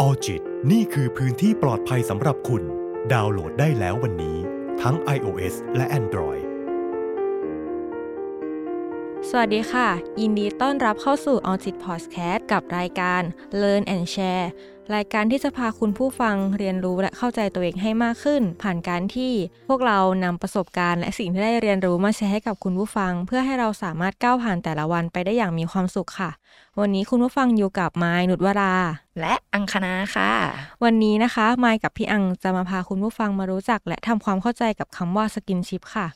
ออจิตนี่คือพื้นที่ปลอดภัยสำหรับคุณ ดาวน์โหลดได้แล้ววันนี้ ทั้ง iOS และ Android สวัสดีค่ะ ยินดีต้อนรับเข้าสู่ On Sit Podcast กับรายการ Learn and Share รายการที่จะพาคุณผู้ฟังเรียนรู้และเข้าใจตัวเองให้มากขึ้น ผ่านการที่พวกเรานำประสบการณ์และสิ่งที่ได้เรียนรู้มาแชร์ให้กับคุณผู้ฟัง เพื่อให้เราสามารถก้าวผ่านแต่ละวันไปได้อย่างมีความสุขค่ะ วันนี้คุณผู้ฟังอยู่กับไมายนุชวรา และอังคณาค่ะ วันนี้นะคะไมายกับพี่อังจะมาพาคุณผู้ฟังมารู้จัก และทำความเข้าใจกับคำว่าสกินชิพค่ะ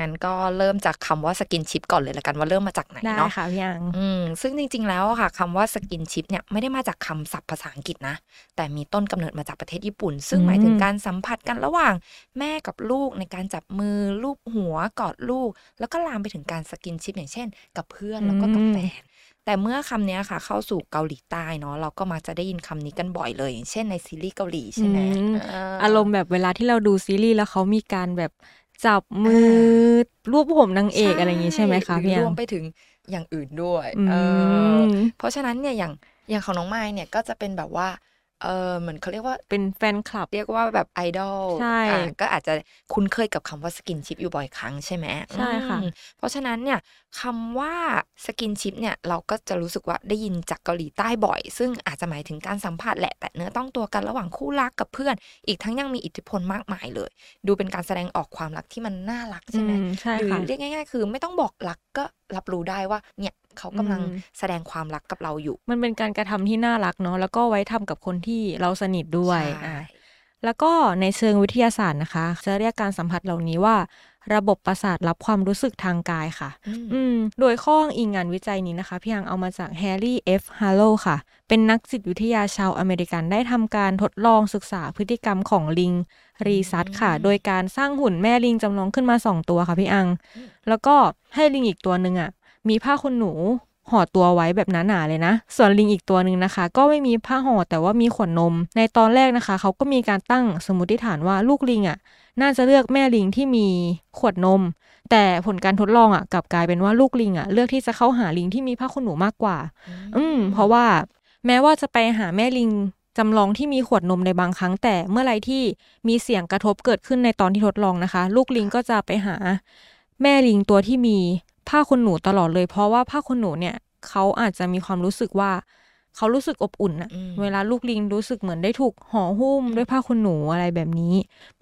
งั้นก็เริ่มจากคำว่าสกินชิปก่อนเลยละกันว่าเริ่มมาจากไหน ได้ เนาะ ค่ะพี่อัง อืม ซึ่งจริง ๆ แล้วอะค่ะคำว่าสกินชิปเนี่ยไม่ได้มาจากคำศัพท์ภาษาอังกฤษนะ แต่มีต้นกำเนิดมาจากประเทศญี่ปุ่น ซึ่ง อืม หมายถึงการสัมผัสกันระหว่างแม่กับลูกในการจับมือลูบหัวกอดลูก แล้วก็ลามไปถึงการสกินชิปอย่างเช่น กับเพื่อนแล้วก็กับแฟน แต่เมื่อคำเนี้ยค่ะ เข้าสู่เกาหลีใต้เนาะเราก็มักจะได้ยินคำนี้กันบ่อยเลย อย่างเช่นในซีรีส์เกาหลีใช่ไหม อืม เ อารมณ์แบบเวลาที่เราดูซีรีส์แล้วเขามีการแบบจับมือรูปผมนางเอกอะไรอย่างงี้ใช่ไหมคะ หรือ พี่อั รว ง มไปถึงอย่างอื่นด้วย อื เออ ม เพราะฉะนั้นเนี่ยอย่างอย่างของน้องไม้เนี่ยก็จะเป็นแบบว่าเออเหมือนเขาเรียกว่า เป็นแฟนคลับ เรียกว่าแบบไอดอล ใช่ อ่ะก็อาจจะคุ้นเคยกับคำว่าสกินชิปอยู่บ่อยครั้งใช่ไหม ใช่ค่ะ อืมเพราะฉะนั้นเนี่ยคำว่าสกินชิปเนี่ยเราก็จะรู้สึกว่าได้ยินจากเกาหลีใต้บ่อย ซึ่งอาจจะหมายถึงการสัมผัสแหละ แต่เนื้อต้องตัวกันระหว่างคู่รักกับเพื่อน อีกทั้งยังมีอิทธิพลมากมายเลย ดูเป็นการแสดงออกความรักที่มันน่ารัก อื ใช่ไหม มใช่ หรือ ค่ะ เรียกง่ายๆ คือไม่ต้องบอกรักก็รับรู้ได้ว่า เนี่ยเขากำลัง อืม แสดงความรักกับเราอยู่ มันเป็นการกระทำที่น่ารักเนาะแล้วก็ไว้ทำกับคนที่เราสนิทด้วย ใช่ อ่ะแล้วก็ในเชิงวิทยาศาสตร์นะคะ จะเรียกการสัมผัสเหล่านี้ว่า ระบบประสาทรับความรู้สึกทางกายค่ะ อืม อืมโดยข้ออ้างอิงงานวิจัยนี้นะคะ พี่อังเอามาจากแฮร์รี่เอฟฮาโลค่ะ เป็นนักจิตวิทยาชาวอเมริกันได้ทำการทดลองศึกษาพฤติกรรมของลิง รีซัตค่ะ อืม โดยการสร้างหุ่นแม่ลิงจำลองขึ้นมา 2 ตัวค่ะพี่อัง แล้วก็ให้ลิงอีกตัวหนึ่งอ่ะ มีผ้าขนหนูห่อตัวไว้แบบหนาๆเลยนะ ส่วนลิงอีกตัวหนึ่งนะคะ ก็ไม่มีผ้าห่อแต่ว่ามีขวดนม ในตอนแรกนะคะ เขาก็มีการตั้งสมมติฐานว่าลูกลิงอ่ะ น่าจะเลือกแม่ลิงที่มีขวดนม แต่ผลการทดลองอ่ะกลับกลายเป็นว่าลูกลิงอ่ะเลือกที่จะเข้าหาลิงที่มีผ้าขนหนูมากกว่า อืม เพราะว่าแม้ว่าจะไปหาแม่ลิงจำลองที่มีขวดนมในบางครั้ง แต่เมื่อไรที่มีเสียงกระทบเกิดขึ้นในตอนที่ทดลองนะคะ ลูกลิงก็จะไปหา แม่ลิงตัวที่มีผ้าขนหนูตลอดเลย เพราะว่าผ้าขนหนูเนี่ยเขาอาจจะมีความรู้สึกว่า เขารู้สึกอบอุ่นอะ อืม เวลาลูกลิงรู้สึกเหมือนได้ถูกห่อหุ้มด้วยผ้าขนหนูอะไรแบบนี้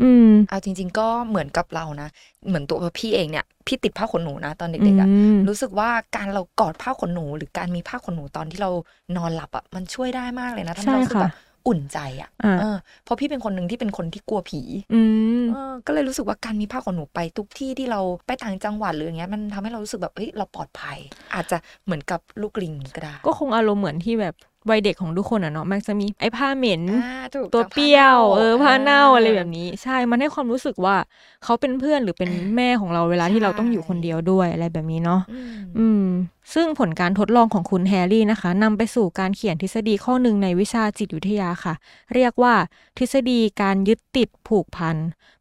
อืม เอาจริง ๆ ก็เหมือนกับเรานะ เหมือนตัวพี่เองเนี่ยพี่ติดผ้าขนหนูนะตอนเด็กๆอะ อืม รู้สึกว่าการเรากอดผ้าขนหนู หรือการมีผ้าขนหนูตอนที่เรานอนหลับอะมันช่วยได้มากเลยนะทำให้เรารู้สึ ใช่ ก ค่ะ แบบอุ่นใจอะ อ่า เออเพราะพี่เป็นคนหนึ่งที่เป็นคนที่กลัวผี อืม เออก็เลยรู้สึกว่าการมีผ้าขนหนูไปทุกที่ที่เราไปต่างจังหวัดหรืออย่างเงี้ยมันทำให้เรารู้สึกแบบเฮ้ยเราปลอดภัย อาจจะเหมือนกับลูกลิงก็ได้ ก็คงอารมณ์เหมือนที่แบบวัยเด็กของทุกคนอ่ะเนาะมักจะมีไอ้ผ้าเหม็น อ่าถูก ตัว จำผ้า เปรี้ยว น่ เออผ้าเน่าอะไร อ่ แบบนี้ ใช่ มันให้ความรู้สึกว่าเขาเป็นเพื่อนหรือเป็น อ่า แม่ของเราเวลาที่เรา ใช่ ต้องอยู่คนเดียวด้วยอะไรแบบนี้เนาะ อืม อืม ซึ่งผลการทดลองของคุณแฮร์รี่นะคะนำไปสู่การเขียนทฤษฎีข้อหนึ่งในวิชาจิตวิทยาค่ะ เรียกว่าทฤษฎีการยึดติดผูกพัน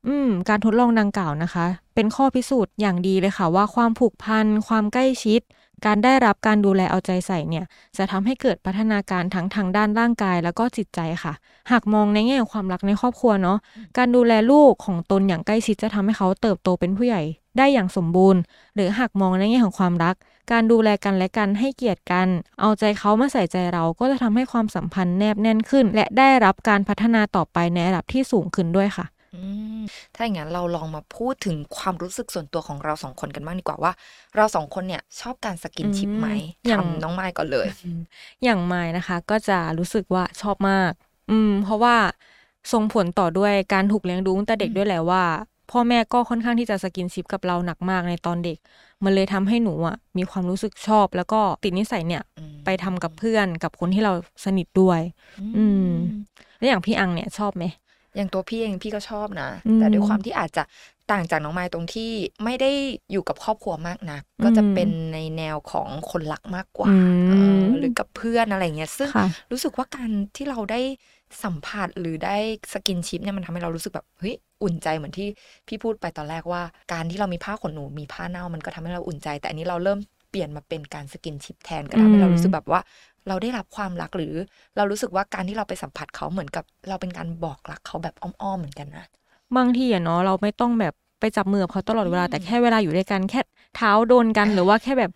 อืม การทดลองดังกล่าวนะคะ เป็นข้อพิสูจน์อย่างดีเลยค่ะ ว่าความผูกพัน ความใกล้ชิด การได้รับการดูแลเอาใจใส่เนี่ย จะทำให้เกิดพัฒนาการทั้งทางด้านร่างกายแล้วก็จิตใจค่ะ หากมองในแง่ของความรักในครอบครัวเนาะ การดูแลลูกของตนอย่างใกล้ชิดจะทำให้เขาเติบโตเป็นผู้ใหญ่ได้อย่างสมบูรณ์ หรือหากมองในแง่ของความรัก การดูแลกันและกันให้เกียรติกัน เอาใจเขามาใส่ใจเราก็จะทำให้ความสัมพันธ์แนบแน่นขึ้น และได้รับการพัฒนาต่อไปในระดับที่สูงขึ้นด้วยค่ะ อืมถ้าอย่างนั้นเราลองมาพูดถึงความรู้สึกส่วนตัวของเราสองคนกันบ้างดีกว่าว่า เราสองคนเนี่ยชอบการสกินชิปไหม อืมอย่าง ทำน้องไม้ก่อนเลย อย่างไมายนะคะก็จะรู้สึกว่าชอบมาก อืม เพราะว่าส่งผลต่อด้วยการถูกเลี้ยงดูตั้งแต่เด็ก อืม ด้วยแหละว่า พ่อแม่ก็ค่อนข้างที่จะสกินชิปกับเราหนักมากในตอนเด็ก มันเลยทำให้หนูอ่ะมีความรู้สึกชอบ แล้วก็ติดนิสัยเนี่ย อืม ไปทำกับเพื่อนกับคนที่เราสนิทด้วย อื อื ม ม แล้วอย่างพี่อังเนี่ยชอบไหม อย่างตัวพี่เองพี่ก็ชอบนะ อืม แต่ด้วยความที่อาจจะต่างจากน้องไม้ตรงที่ไม่ได้อยู่กับครอบครัวมากนัก ก็จะ อืม เป็นในแนวของคนรักมากกว่า อืม เออหรือกับเพื่อนอะไรอย่างเงี้ยซึ่ง ค่ะ รู้สึกว่าการที่เราได้สัมผัสหรือได้สกินชิปเนี่ยมันทำให้เรารู้สึกแบบเฮ้ยอุ่นใจเหมือนที่พี่พูดไปตอนแรกว่า การที่เรามีผ้าขนหนูมีผ้าเน่ามันก็ทำให้เราอุ่นใจ แต่อันนี้เราเริ่มเปลี่ยนมาเป็นการสกินชิปแทนก็ อืม ทำให้เรารู้สึกแบบว่า เราได้รับความรักหรือ เรารู้สึกว่าการที่เราไปสัมผัสเขาเหมือนกับ เราเป็นการบอกรักเขาแบบอ้อมๆเหมือนกันนะ บางทีอะเนาะเราไม่ต้องแบบไปจับมือกับเขาตลอดเวลา อืม แต่แค่เวลาอยู่ด้วยกันแค่เท้าโดนกันหรือว่าแค่แบบ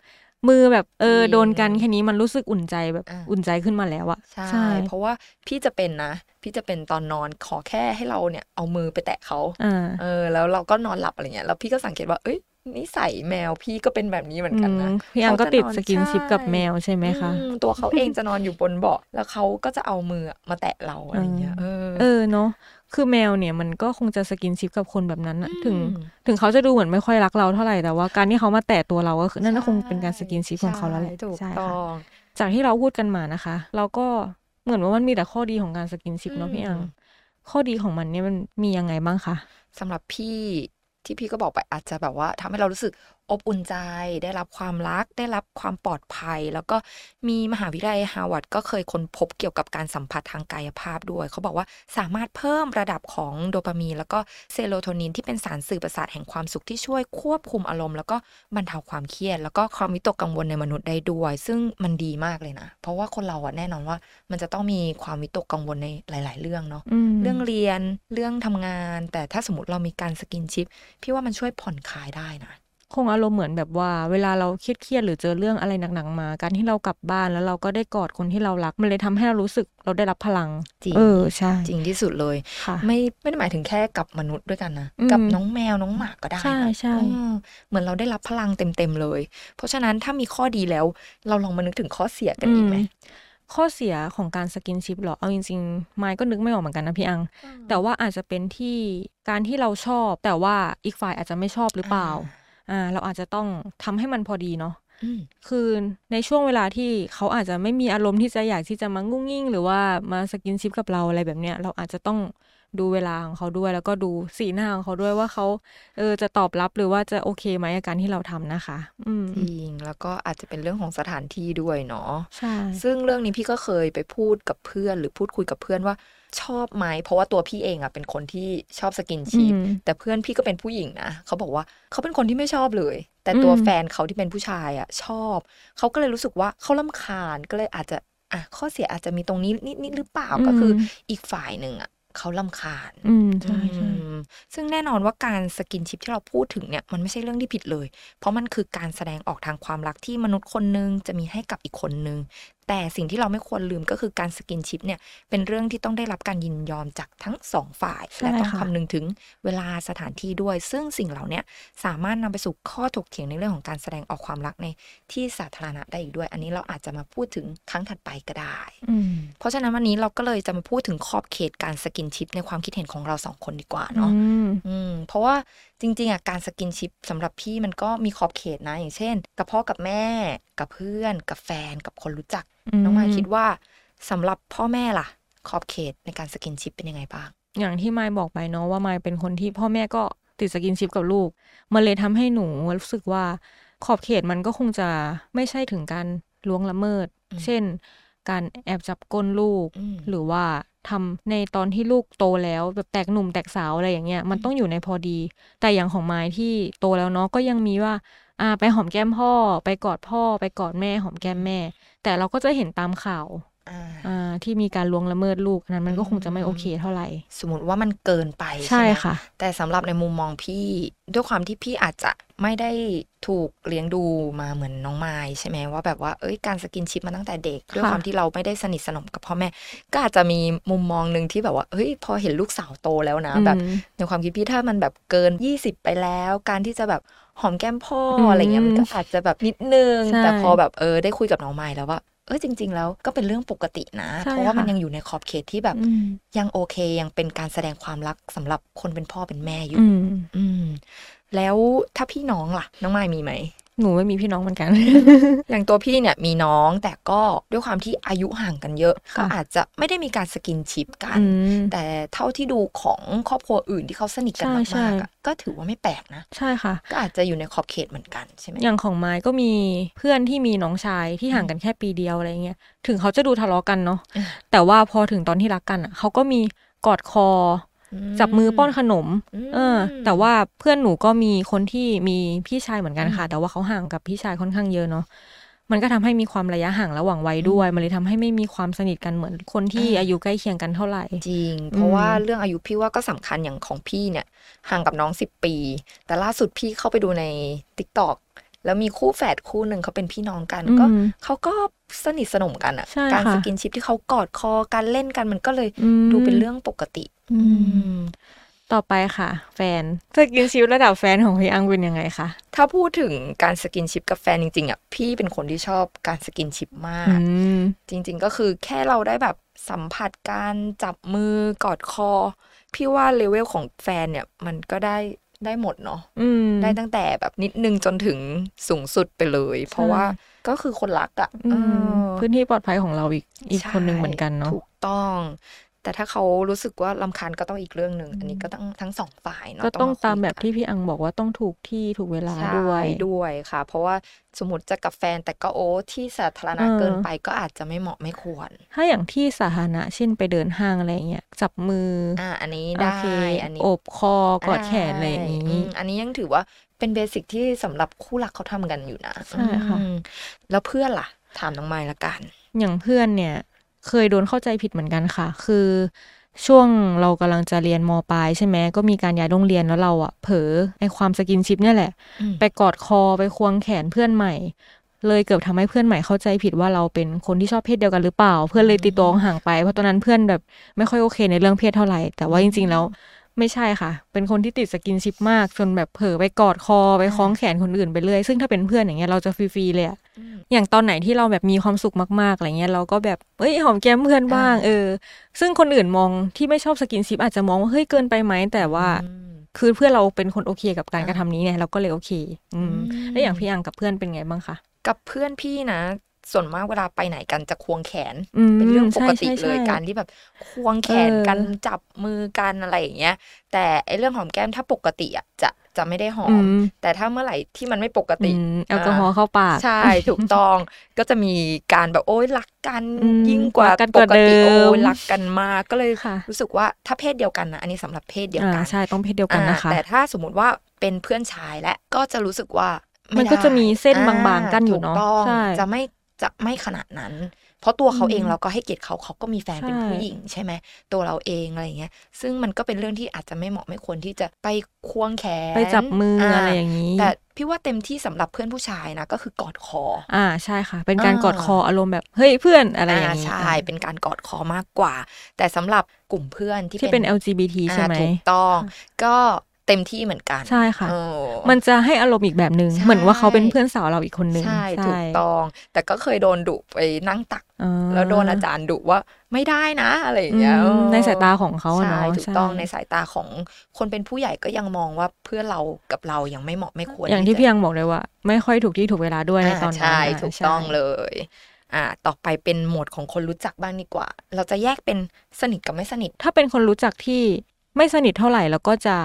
มือแบบเออ จริง โดนกันแค่นี้มันรู้สึกอุ่นใจแบบ อ่า อุ่นใจขึ้นมาแล้วอะ ใช่ เพราะว่าพี่จะเป็นนะ พี่จะเป็นตอนนอนขอแค่ให้เราเนี่ยเอามือไปแตะเขา อ่า เออแล้วเราก็นอนหลับอะไรเงี้ยแล้วพี่ก็สังเกตว่า เอ้ยนิสัยแมวพี่ก็เป็นแบบนี้เหมือนกันนะ อืมพี่อังก็ เขาจะ ติด อ สกินชิปกับแมวใช่ไหมคะ อืมตัวเขาเองจะนอนอยู่บนเบาะแล้วเขาก็จะเอามือมาแตะเราอะไรเงี้ยเออ เออเนาะคือแมวเนี่ยมันก็คงจะสกินชิปกับคนแบบนั้นนะถึง อืม ถึงเขาจะดูเหมือนไม่ค่อยรักเราเท่าไหร่แต่ว่าการที่เขามาแตะตัวเราก็คือนั่นก็คงเป็นการสกินชิปของเขาแล้วแหละ ใช่ถูก ใช่ ต้ ค่ะ อง จากที่เราพูดกันมานะคะ เราก็เหมือนว่ามันมีแต่ข้อดีของการสกินชิปเนาะ อืม พี่อัง ข้อดีของมันเนี่ยมันมียังไงบ้างคะ สำหรับพี่ที่พี่ก็บอกไปอาจจะแบบว่าทำให้เรารู้สึกอบอุ่นใจ ได้รับความรัก ได้รับความปลอดภัย แล้วก็มีมหาวิทยาลัยฮาร์วาร์ดก็เคยค้นพบเกี่ยวกับการสัมผัสทางกายภาพด้วย เขาบอกว่าสามารถเพิ่มระดับของโดปามีนแล้วก็เซโรโทนินที่เป็นสารสื่อประสาทแห่งความสุขที่ช่วยควบคุมอารมณ์ แล้วก็บรรเทาความเครียด แล้วก็ความวิตกกังวลในมนุษย์ได้ด้วย ซึ่งมันดีมากเลยนะ เพราะว่าคนเราอะแน่นอนว่า มันจะต้องมีความวิตกกังวลในหลาย ๆ เรื่องเนาะ อืม เรื่องเรียนเรื่องทำงาน แต่ถ้าสมมติเรามีการสกินชิป พี่ว่ามันช่วยผ่อนคลายได้นะ คงอารมณ์เหมือนแบบว่า เวลาเราเครียดๆหรือเจอเรื่องอะไรหนักๆมา การที่เรากลับบ้านแล้วเราก็ได้กอดคนที่เรารัก มันเลยทำให้เรารู้สึกเราได้รับพลัง จริง เออใช่ จริงที่สุดเลย ค่ะ ไม่ไม่ได้หมายถึงแค่กับมนุษย์ด้วยกันนะ อืม กับน้องแมวน้องหมาก็ได้นะ ใช่ใช่ อืมเหมือนเราได้รับพลังเต็มๆเลย เพราะฉะนั้นถ้ามีข้อดีแล้ว เราลองมานึกถึงข้อเสียกันอีกไหม อืมข้อเสียของการสกินชิปเหรอ เอาจริงๆ ไมายก็นึกไม่ออกเหมือนกันนะพี่อัง แต่ว่าอาจจะเป็นที่การที่เราชอบ แต่ว่าอีกฝ่ายอาจจะไม่ชอบหรือเปล่า อ่า เราอาจจะต้องทำให้มันพอดีเนาะ อืม คือในช่วงเวลาที่เขาอาจจะไม่มีอารมณ์ที่จะอยากที่จะมางุ้งงิ่ง หรือว่ามาสกินชิปกับเราอะไรแบบเนี้ย เราอาจจะต้องดูเวลาของเขาด้วย แล้วก็ดูสีหน้าของเขาด้วยว่าเขาเออจะตอบรับหรือว่าจะโอเคไหมกับการที่เราทำนะคะ อืม จริง แล้วก็อาจจะเป็นเรื่องของสถานที่ด้วยเนาะ ใช่ ซึ่งเรื่องนี้พี่ก็เคยไปพูดกับเพื่อน หรือพูดคุยกับเพื่อนว่าชอบไหมเพราะว่าตัวพี่เองอ่ะเป็นคนที่ชอบสกินชิป อืม แต่เพื่อนพี่ก็เป็นผู้หญิงนะเขาบอกว่าเขาเป็นคนที่ไม่ชอบเลย แต่ตัว อืม แฟนเขาที่เป็นผู้ชายอ่ะชอบเขาก็เลยรู้สึกว่าเขาลำคาญก็เลยอาจจะอ่ะข้อเสียอาจจะมีตรงนี้นิดนิดหรือเปล่าก็คือออีกฝ่ายหนึ่งอ่ะเขาลำคาญ อืมใช่ใช่ อืมซึ่งแน่นอนว่าการสกินชิปที่เราพูดถึงเนี่ยมันไม่ใช่เรื่องที่ผิดเลย เพราะมันคือการแสดงออกทางความรักที่มนุษย์คนนึงจะมีให้กับอีกคนนึง แต่สิ่งที่เราไม่ควรลืมก็คือการสกินชิปเนี่ยเป็นเรื่องที่ต้องได้รับการยินยอมจากทั้งสองฝ่าย ใช่ และต้อง ค่ะ คำนึงถึงเวลาสถานที่ด้วย ซึ่งสิ่งเหล่าเนี้ยสามารถนำไปสู่ข้อถกเถียงในเรื่องของการแสดงออกความรักในที่สาธารณะได้อีกด้วย อันนี้เราอาจจะมาพูดถึงครั้งถัดไปก็ได้ อืม เพราะฉะนั้นวันนี้เราก็เลยจะมาพูดถึงขอบเขตการสกินชิปในความคิดเห็นของเราสองคนดีกว่าเนาะ อืม อืมเพราะว่าจริงๆอ่ะการสกินชิปสำหรับพี่มันก็มีขอบเขตนะ อย่างเช่น กับพ่อกับแม่กับเพื่อน กับแฟนกับคนรู้จัก อืม น้องมายคิดว่าสำหรับพ่อแม่ล่ะ ขอบเขตในการสกินชิปเป็นยังไงบ้าง อย่างที่มายบอกไปเนาะว่ามายเป็นคนที่พ่อแม่ก็ติดสกินชิปกับลูก มันเลยทำให้หนูรู้สึกว่าขอบเขตมันก็คงจะไม่ใช่ถึงการล้วงละเมิด อืม เช่น การแอบจับก้นลูก อืม หรือว่าทำในตอนที่ลูกโตแล้วแบบแตกหนุ่มแตกสาวอะไรอย่างเงี้ยมันต้องอยู่ในพอดี แต่อย่างของไม้ที่โตแล้วเนาะก็ยังมีว่าอ่าไปหอมแก้มพ่อ ไปกอดพ่อ ไปกอดแม่หอมแก้มแม่ แต่เราก็จะเห็นตามข่าว อ่า อ่าที่มีการล่วงละเมิดลูกอันนั้นมันก็คงจะไม่ อืม โอเคเท่าไหร่ สมมติว่ามันเกินไป ใช่ ไหม ค่ะ แต่สำหรับในมุมมองพี่ด้วยความที่พี่อาจจะไม่ได้ถูกเลี้ยงดูมาเหมือนน้องมายใช่ไหมว่าแบบว่าเอ้ยการสกินชิปมาตั้งแต่เด็ก ด้วย ค่ะ ความที่เราไม่ได้สนิทสนมกับพ่อแม่ ก็อาจจะมีมุมมองหนึ่งที่แบบว่าเฮ้ยพอเห็นลูกสาวโตแล้วนะแบบ อืม ในความคิดพี่ถ้ามันแบบเกิน 20 ไปแล้ว การที่จะแบบหอมแก้มพ่อ อืม อะไรเงี้ยมันก็อาจจะแบบนิดนึง ใช่ แต่พอแบบเออได้คุยกับน้องไม้แล้วว่าเออจริง ๆ แล้วก็เป็นเรื่องปกตินะ ใช่ เพราะว่ามัน ค่ะ ยังอยู่ในขอบเขตที่แบบ อืม ยังโอเคยังเป็นการแสดงความรักสำหรับคนเป็นพ่อเป็นแม่อยู่ อืม อืม แล้วถ้าพี่น้องล่ะ น้องไม้มีไหม หนูไม่มีพี่น้องเหมือนกัน อย่างตัวพี่เนี่ยมีน้องแต่ก็ด้วยความที่อายุห่างกันเยอะ ก็ ค่ะ อาจจะไม่ได้มีการสกินชิปกัน อืม แต่เท่าที่ดูของครอบครัวอื่นที่เขาสนิทกัน ใช่ ม ใช่ ากๆอะก็ถือว่าไม่แปลกนะ ใช่ค่ะ ก็อาจจะอยู่ในขอบเขตเหมือนกันใช่ไหม อย่างของไม้ก็มีเพื่อนที่มีน้องชายที่ห่างกันแค่ปีเดียวอะไรเงี้ยถึงเขาจะดูทะเลาะกันเนาะ อืม แต่ว่าพอถึงตอนที่รักกันอ่ะเขาก็มีกอดคอ อื อจับมือป้อนขนม ม เออ แต่ว่าเพื่อนหนูก็มีคนที่มีพี่ชายเหมือนกันค่ะ อืม แต่ว่าเขาห่างกับพี่ชายค่อนข้างเยอะเนาะ มันก็ทำให้มีความระยะห่างระหว่างวัยด้วย มันเลยทำให้ไม่มีความสนิทกันเหมือนคนที่อายุใกล้เคียงกันเท่าไหร่ จริง เพราะว่า อืม เรื่องอายุพี่ว่าก็สำคัญอย่างของพี่เนี่ยห่างกับน้อง 10 ปี แต่ล่าสุดพี่เข้าไปดูใน t ิ k t o k แล้วมีคู่แฝดคู่หนึ่งเขาเป็นพี่น้องกันก็ อืม เขาก็สนิทสนมกันอะ ใช่ การ ค่ะ สกินชิปที่เขากอดคอการเล่นกันมันก็เลย อืม ดูเป็นเรื่องปกติ อื อื ม ม ต่อไปค่ะ แฟนสกินชิพระดับแฟนของพี่อังเป็นยังไงคะ ถ้าพูดถึงการสกินชิปกับแฟนจริงๆอ่ะพี่เป็นคนที่ชอบการสกินชิปมา อื ก ม จริง ๆ ก็คือแค่เราได้แบบสัมผัสการจับมือกอดคอ พี่ว่าเลเวลของแฟนเนี่ยมันก็ได้ได้หมดเนาะ อืม ได้ตั้งแต่แบบนิดนึงจนถึงสูงสุดไปเลย เพราะว่าก็คือคนรักอ่ะ อืม เออ พื้นที่ปลอดภัยของเราอีกอีก ใช่ คนหนึ่งเหมือนกันเนาะ ถูกต้อง แต่ถ้าเขารู้สึกว่าลำคาญก็ต้องอีกเรื่องหนึ่ง อันนี้ก็ต้องทั้งสองฝ่ายเนาะ ก็ต้อง คุย ตามแบบ กัน ที่พี่อังบอกว่าต้องถูกที่ถูกเวลา ใช่ ด้วย ด้วยค่ะ เพราะว่าสมมติจะกับแฟนแต่ก็โอ้ที่สาธารณะ เออ เกินไปก็อาจจะไม่เหมาะไม่ควร ถ้าอย่างที่สาธารณะเช่นไปเดินห้างอะไรเงี้ยจับมืออ อ่า อันนี้ โอ ได้ เค อันนี้ โอบคอกอดแขนอะไรอย่าง นี้ นี้ อันนี้ยังถือว่าเป็นเบสิกที่สำหรับคู่รักเขาทำกันอยู่นะ ใช่ค่ะ อืมแล้วเพื่อนล่ะ ถามน้องไมล์ละกัน อย่างเพื่อนเนี่ย เคยโดนเข้าใจผิดเหมือนกันค่ะ คือช่วงเรากำลังจะเรียนมปลายใช่ไหมก็มีการย้ายโรงเรียนแล้วเราอะเผลอไอความสกินชิปเนี่ยแหละ อืม ไปกอดคอไปควงแขนเพื่อนใหม่ เลยเกือบทำให้เพื่อนใหม่เข้าใจผิดว่าเราเป็นคนที่ชอบเพศเดียวกันหรือเปล่า เพื่อนเลยตีตัวห่างไปเพราะตอนนั้นเพื่อนแบบไม่ค่อยโอเคในเรื่องเพศเท่าไหร่ แต่ว่าจริง ๆ แล้วไม่ใช่ค่ะ เป็นคนที่ติดสกินชิปมากจนแบบเผลอไปกอดคอไปคล้องแขนคนอื่นไปเรื่อยซึ่งถ้าเป็นเพื่อนอย่างเงี้ยเราจะฟรีๆเลยอะ อย่างตอนไหนที่เราแบบมีความสุขมากๆอะไรเงี้ยเราก็แบบเอ้ยหอมแก้มเพื่อนบ้าง อ่า เออ ซึ่งคนอื่นมองที่ไม่ชอบสกินชิปอาจจะมองว่าเฮ้ยเกินไปไหมแต่ว่า อืม คือเพื่อนเราเป็นคนโอเคกับการ อ่าก ก ระทำนี้เนี่ยเราก็เลยโอเค อืม อืม แล้วอย่างพี่อังกับเพื่อนเป็นไงบ้างคะ กับเพื่อนพี่นะ ส่วนมากเวลาไปไหนกันจะควงแขน อืม เป็นเรื่องปกติ ใช่ใช่ เลย ใช่ การที่แบบควงแขน เออ กันจับมือกันอะไรอย่างเงี้ย แต่ไอเรื่องหอมแก้มถ้าปกติอ่ะจะจะไม่ได้หอม อืม แต่ถ้าเมื่อไหร่ที่มันไม่ปก อื ติ มแอลกอฮอล์เข้าปาก ใช่ ถูกต้อง ก็จะมีการแบบโอ๊ยรักกัน อืม ยิ่งกว่า รักกัน ป กว่าก ติ เดิ โอ้ ม ยรักกันมากก็เลย ค่ะ รู้สึกว่าถ้าเพศเดียวกันนะอันนี้สำหรับเพศเดียว อ่า กัน ใช่ต้องเพศเดียวกันนะคะ อ่าแต่ถ้าสมมติว่าเป็นเพื่อนชายและก็จะรู้สึกว่า มั ไมัน ก็จะมีเส้นบางๆกั้นอยู่เนอะใช่ จะไม่จะไม่ขนาดนั้น เพราะตัวเขาเอง อืม เราก็ให้เกียรติเขาเขาก็มีแฟน ใช่ เป็นผู้หญิง ใช่ไหมตัวเราเองอะไรอย่างเงี้ย ซึ่งมันก็เป็นเรื่องที่อาจจะไม่เหมาะไม่ควรที่จะไปควงแขน ไปจับมืออะไร า อย่างนี้ แต่พี่ว่าเต็มที่สำหรับเพื่อนผู้ชายนะ ก็คือกอดคอ อ่าใช่ค่ะ เป็นการ อ่า กอดคออารมณ์แบบเฮ้ยเพื่อนอะไรอย่าง อ่า นี้ ใช่เป็นการกอดคอมากกว่า แต่สำหรับกลุ่มเพื่อนที่ ที่เป็น LGBT อ่า ใช่ไหม ถูกต้อง ก็เต็มที่เหมือนกัน ใช่ค่ะ เออ มันจะให้อารมณ์อีกแบบหนึง่ง ใช่ เหมือนว่าเขาเป็นเพื่อนสาวเราอีกคนนึง ใช่ถูกต้อง แต่ก็เคยโดนดุไปนั่งตัก อ่า แล้วโดนอาจารย์ดุว่าไม่ได้นะอะไรอย่างเงี้ย อืม เออ ในสายตาของเขาอะ ใช่ เนาะ ถูกต้องใน ใช่ สายตาของคนเป็นผู้ใหญ่ก็ยังมองว่าเพื่อนเรากับเรายังไม่เหมาะไม่ควร อย่างที่ จะ พี่ยังบอกเลยว่า ไม่ค่อยถูกที่ถูกเวลาด้วยในตอนนั้น ใช่ อะ ถูก ใช่ ต้องเลย อ่า ต่อไปเป็นโหมดของคนรู้จักบ้างดีกว่า เราจะแยกเป็นสนิทกับไม่สนิท ถ้าเป็นคนรู้จักที่ไม่สนิทเท่าไหร่แล้วก็จะ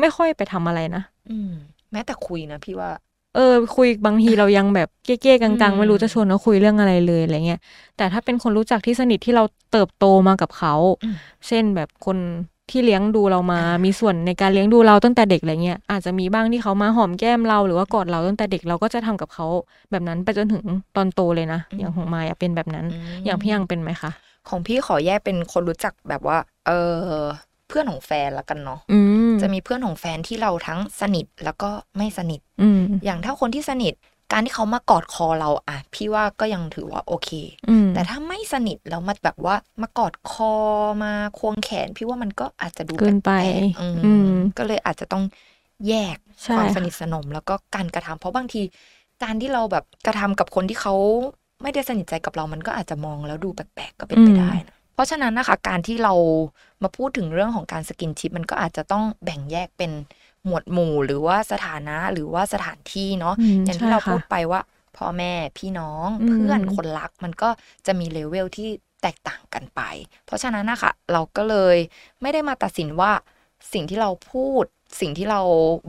ไม่ค่อยไปทำอะไรนะ อืม แม้แต่คุยนะพี่ว่า เออ คุยบางทีเรายังแบบเก้ๆกัง อื ๆ ม ไม่รู้จะชวนเขาคุยเรื่องอะไรเลยอะไรเงี้ยแต่ถ้าเป็นคนรู้จักที่สนิทที่เราเติบโตมากับเขา อืม เช่นแบบคนที่เลี้ยงดูเรามา อ่ามี มีส่วนในการเลี้ยงดูเราตั้งแต่เด็กอะไรเงี้ย อาจจะมีบ้างที่เขามาหอมแก้มเราหรือว่ากอดเราตั้งแต่เด็กเราก็จะทำกับเขาแบบนั้นไปจนถึงตอนโตเลยนะ อย่างของมายอะเป็นแบบนั้น อย่างพี่ยังเป็นไหมคะ ของพี่ขอแยกเป็นคนรู้จักแบบว่า เออเพื่อนของแฟนละกันเนาะ อืม จะมีเพื่อนของแฟนที่เราทั้งสนิทแล้วก็ไม่สนิท อืม อย่างถ้าคนที่สนิท การที่เขามากอดคอเราอ่ะ พี่ว่าก็ยังถือว่าโอเค อืม แต่ถ้าไม่สนิทแล้วมาแบบว่ามากอดคอมาควงแขน พี่ว่ามันก็อาจจะดู เกินไป แปลกๆอืม อืม ก็เลยอาจจะต้องแยก ใช่ ความ ค่ะ สนิทสนมแล้วก็การกระทำเพราะบางที การที่เราแบบกระทำกับคนที่เขาไม่ได้สนิทใจกับเรามันก็อาจจะมองแล้วดูแปลกๆก็เป็นไปได้นะเพราะฉะนั้นนะคะ การที่เรามาพูดถึงเรื่องของการสกินชิปมันก็อาจจะต้องแบ่งแยกเป็นหมวดหมู่หรือว่าสถานะหรือว่าสถานที่เนาะ อืม อย่าง ใช่ ที่เรา ค่ะ พูดไปว่าพ่อแม่พี่น้อง อืม เพื่อนคนรักมันก็จะมีเลเวลที่แตกต่างกันไป เพราะฉะนั้นนะคะเราก็เลยไม่ได้มาตัดสินว่าสิ่งที่เราพูด สิ่งที่เรา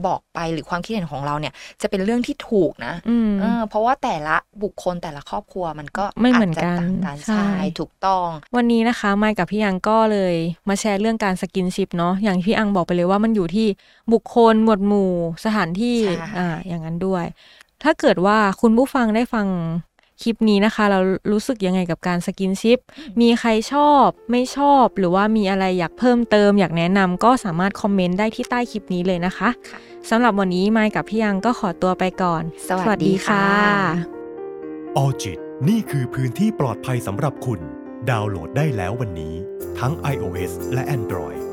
บอกไปหรือความคิดเห็นของเราเนี่ย จะเป็นเรื่องที่ถูกนะ อืม เออเพราะว่าแต่ละบุคคลแต่ละครอบครัวมันก็ ไม่เหมือนกันา จจะต่างกัน ใช่ ใช่ถูกต้อง วันนี้นะคะไมค์กับพี่อังก็เลยมาแชร์เรื่องการสกินชิปเนาะอย่างที่พี่อังบอกไปเลยว่ามันอยู่ที่บุคคลหมวดหมู่สถานที่ ใช่ อ่าอย่างนั้นด้วย ถ้าเกิดว่าคุณผู้ฟังได้ฟัง คลิปนี้นะคะ เรารู้สึกยังไงกับการสกินชิป มีใครชอบไม่ชอบหรือว่ามีอะไรอยากเพิ่มเติม อยากแนะนำก็สามารถคอมเมนต์ได้ที่ใต้คลิปนี้เลยนะคะ ค่ะ สำหรับวันนี้ไมค์กับพี่ยังก็ขอตัวไปก่อน สวัสดีค่ะ ออจิตนี่คือพื้นที่ปลอดภัยสำหรับคุณ ดาวน์โหลดได้แล้ววันนี้ ทั้ง iOS และ Android